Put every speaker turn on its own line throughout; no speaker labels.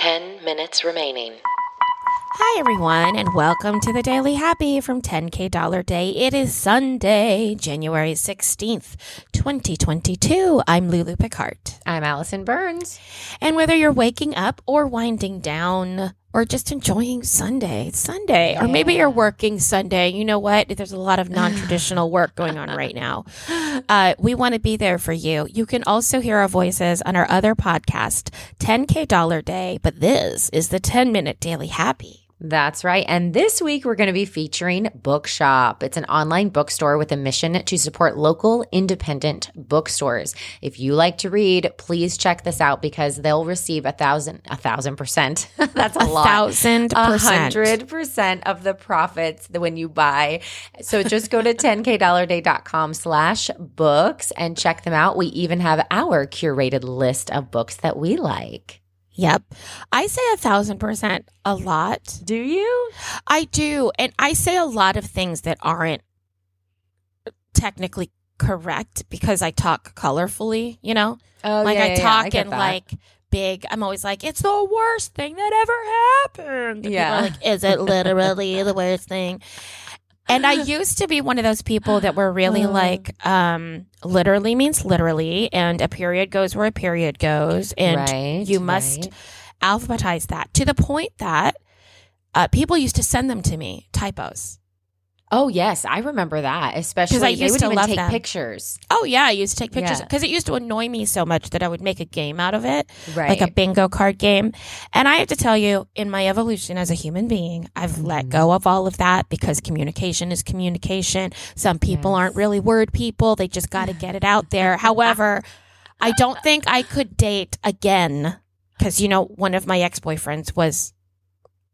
10 minutes remaining.
Hi, everyone, and welcome to the Daily Happy from 10K Dollar Day. It is Sunday, January 16th, 2022. I'm Lulu Picard.
I'm Allison Burns.
And whether you're waking up or winding down or just enjoying Sunday, it's Sunday, or maybe
Yeah.
you're working Sunday, you know what? There's a lot of non traditional work going on right now. Uh, we want to be there for you. You can also hear our voices on our other podcast, 10K Dollar Day, but this is the 10 minute Daily Happy.
That's right. And this week we're going to be featuring Bookshop. It's an online bookstore with a mission to support local independent bookstores. If you like to read, please check this out because they'll receive a thousand, a thousand percent. That's a,
a
lot.
thousand
A
percent.
hundred percent of the profits that when you buy. So just go to 10kdollarday.com slash books and check them out. We even have our curated list of books that we like.
Yep. I say a thousand percent a lot.
Do you?
I do. And I say a lot of things that aren't technically correct because I talk colorfully, you know?
Oh,
like
yeah,
I
yeah, yeah.
talk
get
in
that.
like big, I'm always like, it's the worst thing that ever happened. And
Yeah.
People are like, is it literally the worst thing? And I used to be one of those people that were really
Uh.
like, um, literally means literally, and a period goes where a period goes, and
right,
you must
right.
alphabetize that to the point that uh, people used to send them to me typos.
Oh yes, I remember that. Especially
I
they
used
would
to
even
love
take
them.
pictures.
Oh yeah, I used to take pictures
Yeah.
because it used to annoy me so much that I would make a game out of it,
Right.
like a bingo card game. And I have to tell you, in my evolution as a human being, I've let go
Mm-hmm.
of all of that because communication is communication. Some people
Yes.
aren't really word people; they just got to get it out there. However, I don't think I could date again because you know one of my ex boyfriends was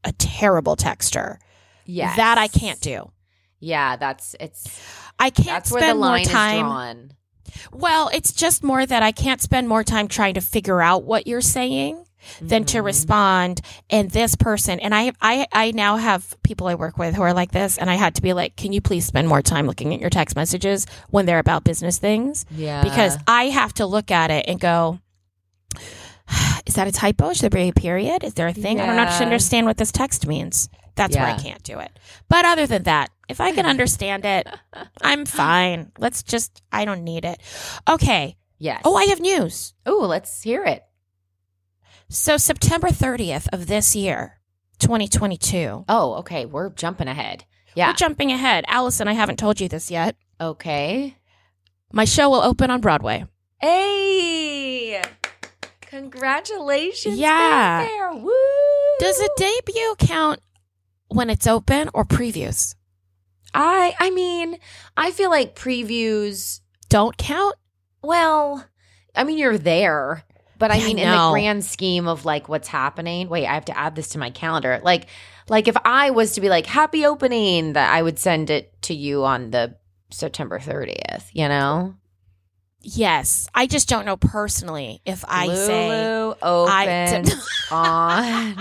a terrible texter.
yes.
That I can't do.
Yeah, that's it's
I can't
that's
spend
where the line
more time.
is drawn.
Well, it's just more that I can't spend more time trying to figure out what you're saying than to
Mhm.
respond and this person and I I I now have people I work with who are like this and I had to be like, "Can you please spend more time looking at your text messages when they're about business things?"
Yeah.
Because I have to look at it and go, is that a typo? Should there be a period? Is there a thing? I don't actually
Yeah.
understand what this text means. That's where I
Yeah.
can't do it. But other than that, if I can understand it, I'm fine. Let's just, I don't need it. Okay.
Yes.
Oh, I have news.
Oh, let's hear it.
So, September 30th of this year, 2022,
Oh, okay. We're jumping ahead.
we're
Yeah.
jumping ahead. Allison, I haven't told you this yet.
okay.
My show will open on Broadway.
Hey. Congratulations.
Yeah.
Fanfare. Woo.
Does a debut count when it's open or previews?
I I mean, I feel like previews
Don't count.
Well, I mean, you're there, but I
Yeah, I
mean, in
know.
the grand scheme of like what's happening, wait, I have to add this to my calendar. Like, like if I was to be like happy opening, that I would send it to you on the September 30th. You know,
Yes. I just don't know personally if I say
Lulu
I-
opens on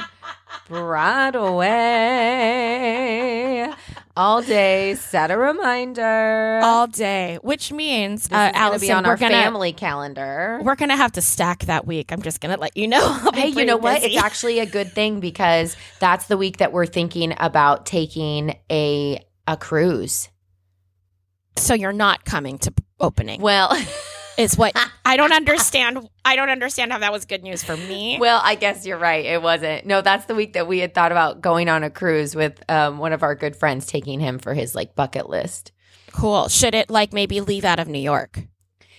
Broadway all day. Set a reminder.
all day, which means uh,
this is gonna
Allison,
be on
we're
our
gonna
family calendar.
we're gonna have to stack that week. I'm just gonna let you know. I'll be
Hey, you know
pretty
what?
busy.
It's actually a good thing because that's the week that we're thinking about taking a a cruise.
so you're not coming to opening.
Well,
Is what I don't understand. I don't understand how that was good news for me.
well, I guess you're right. It wasn't. No, that's the week that we had thought about going on a cruise with um, one of our good friends, taking him for his like bucket list.
cool. Should it like maybe leave out of New York?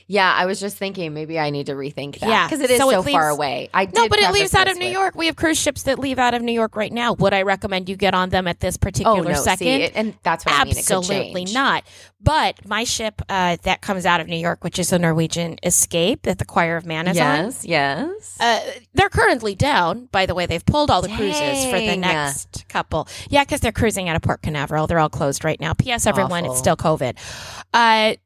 Yeah, I was just thinking maybe I need to rethink that.
Yeah,
because it is
so
so,
it
far
leaves-
away. I
No,
did
but it
preface
leaves out
this
of New
with-
York. We have cruise ships that leave out of New York right now. Would I recommend you get on them at this
Oh
particular
no,
second?
see, it- and that's what I mean. It could
Absolutely
change.
not. But my ship uh, that comes out of New York, which is the Norwegian Escape that the Choir of Man is on,
Yes, yes.
uh, they're currently down. By the way, they've pulled all the cruises for the
Dang.
next couple. Yeah, because they're cruising out of Port Canaveral. They're all closed right now. P.S. Everyone,
Awful.
it's still COVID. Uh,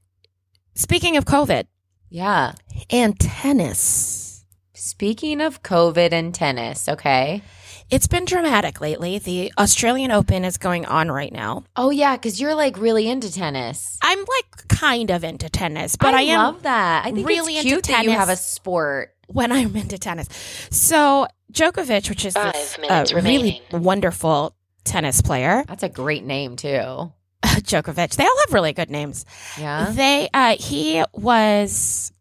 speaking of COVID
yeah.
and tennis.
Speaking of COVID and tennis, okay.
It's been dramatic lately. The Australian Open is going on right now.
Oh yeah, because you're like really into tennis.
I'm like kind of into tennis, but I, am
love that. I think
really
it's
into
cute that you
tennis.
have a sport.
when I'm into tennis. So Djokovic, which is
Five
this, uh,
minutes
really
remaining.
wonderful tennis player.
That's a great name too.
Djokovic. They all have really good names.
Yeah.
They uh, he was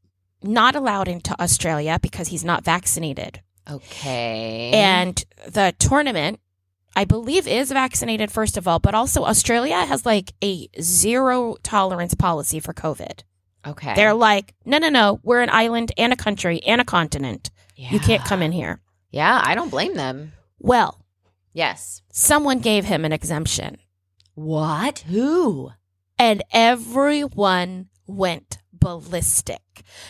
not allowed into Australia because he's not vaccinated,
Okay.
and the tournament. I believe is vaccinated first of all, but also Australia has like a zero tolerance policy for COVID.
okay.
They're like, no, no, no, we're an island and a country and a continent. You can't
Yeah.
come in here.
Yeah, I don't blame them.
Well,
Yes.
someone gave him an exemption,
What? Who?
and everyone went ballistic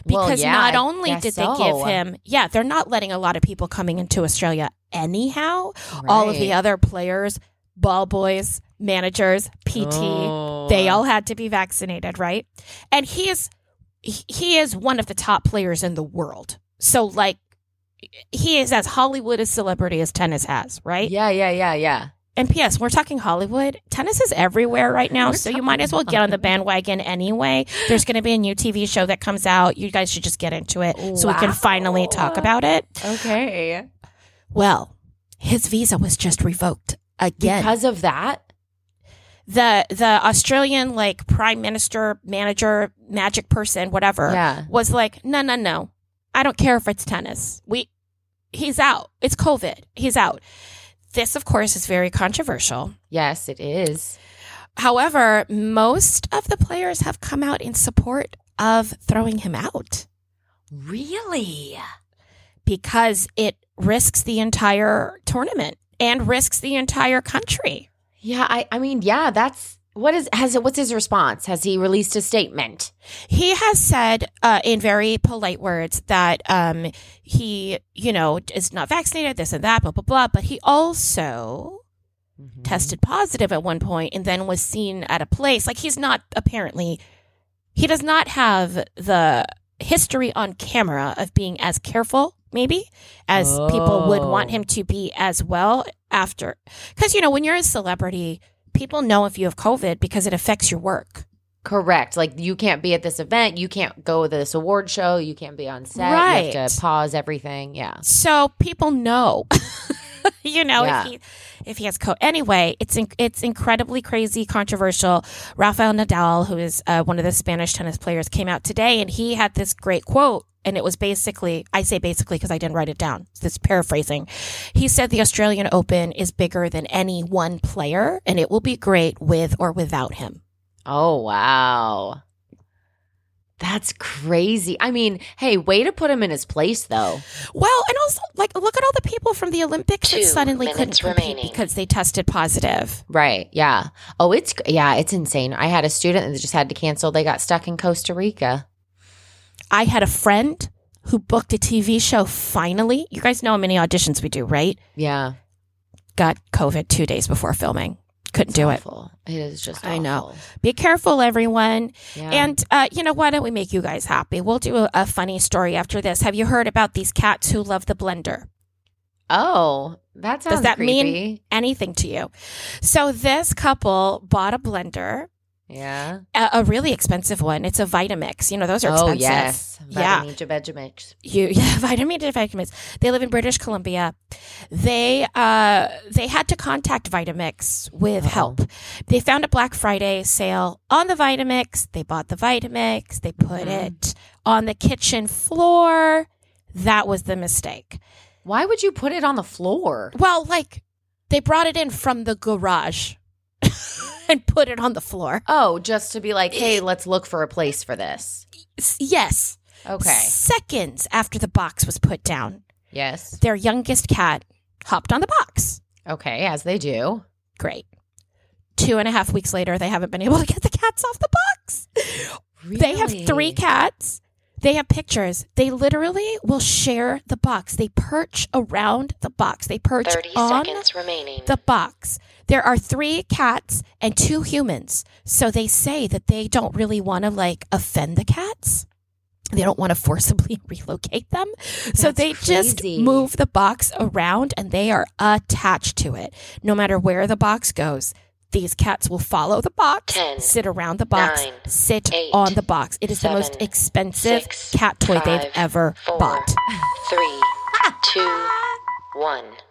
Well,
because
yeah,
not
I
only
guess
did they
so.
give him, yeah, they're not letting a lot of people coming into Australia anyhow. All of the other players, ball boys, managers, PT,
Oh.
they all had to be vaccinated, right? And he is he- he is one of the top players in the world. So like he is as Hollywood a celebrity as tennis has, right?
Yeah, yeah, yeah, yeah.
And PS, we're talking Hollywood. Tennis is everywhere right now,
We're
so you
talking
might as well get on the
Hollywood.
bandwagon anyway. There's going to be a new TV show that comes out. You guys should just get into it so we can finally
Wow.
talk about it.
Okay.
Well, his visa was just revoked again.
Because of that?
the the Australian like prime minister, manager, magic person, whatever,
Yeah.
was like, no, no, no, I don't care if it's tennis. We, he's out. It's COVID. He's out. This, of course, is very controversial.
Yes, it is.
However, most of the players have come out in support of throwing him out
Really?
because it risks the entire tournament and risks the entire country.
Yeah, I I mean, yeah, that's what is has what's his response? Has he released a statement?
He has said uh, in very polite words that um, he, you know, is not vaccinated, this and that, blah, blah, blah. But he also
Mm-hmm.
tested positive at one point and then was seen at a place. Like he's not apparently, he does not have the history on camera of being as careful, maybe, as people would want
Oh.
him to be as well after. Because, you know, when you're a celebrity, people know if you have COVID because it affects your work.
Correct. Like you can't be at this event, you can't go to this award show, you can't be on set. You
Right.
have to pause everything. Yeah.
So people know. You know,
Yeah.
if he if he has co anyway, it's in, it's incredibly crazy, controversial. Rafael Nadal, who is uh, one of the Spanish tennis players, came out today and he had this great quote, and it was basically I say basically because I didn't write it down. It's This paraphrasing, he said the Australian Open is bigger than any one player, and it will be great with or without him.
Oh, wow. That's crazy. I mean, hey, way to put him in his place, though.
Well, and also like look at all the people from the Olympics
Two
that suddenly couldn't
minutes
compete
remaining.
because they tested positive.
Right. Yeah. Oh, it's, yeah, it's insane. I had a student that just had to cancel. They got stuck in Costa Rica.
I had a friend who booked a TV show finally. You guys know how many auditions we do, right?
Yeah.
Got COVID two days before filming. Couldn't do it.
Awful. It is just,
I know.
awful.
Be careful, everyone.
Yeah.
And uh, you know, why don't we make you guys happy? We'll do a, a funny story after this. Have you heard about these cats who love the blender?
oh, that sounds
Does that
creepy.
mean anything to you? So this couple bought a blender,
Yeah.
a, a really expensive one. It's a Vitamix. You know, those are
Oh,
expensive.
yes.
Yeah.
Yeah.
you yeah, vitamin D vitamins. They live in British Columbia. They uh they had to contact Vitamix with
Uh-oh.
help. They found a Black Friday sale on the Vitamix. They bought the Vitamix. They put
Mhm.
it on the kitchen floor. That was the mistake.
Why would you put it on the floor?
Well, like they brought it in from the garage and put it on the floor.
Oh, just to be like, hey, let's look for a place for this.
S- Yes.
Okay.
Seconds after the box was put down,
Yes.
their youngest cat hopped on the box.
Okay, as they do.
Great. Two and a half weeks later, they haven't been able to get the cats off the box. They have three cats. They have pictures. They literally will share the box. They perch around the box. They perch
30
on
seconds remaining.
the box. There are three cats and two humans. So they say that they don't really want to like offend the cats. They don't want to forcibly relocate them. so
That's
they just
crazy.
move the box around and they are attached to it. No matter where the box goes, these cats will follow the box,
Ten,
sit around the box,
nine,
sit
eight,
on the box. It is the most
seven,
expensive
six,
cat toy
five,
they've ever
four,
bought.
Three, two, one.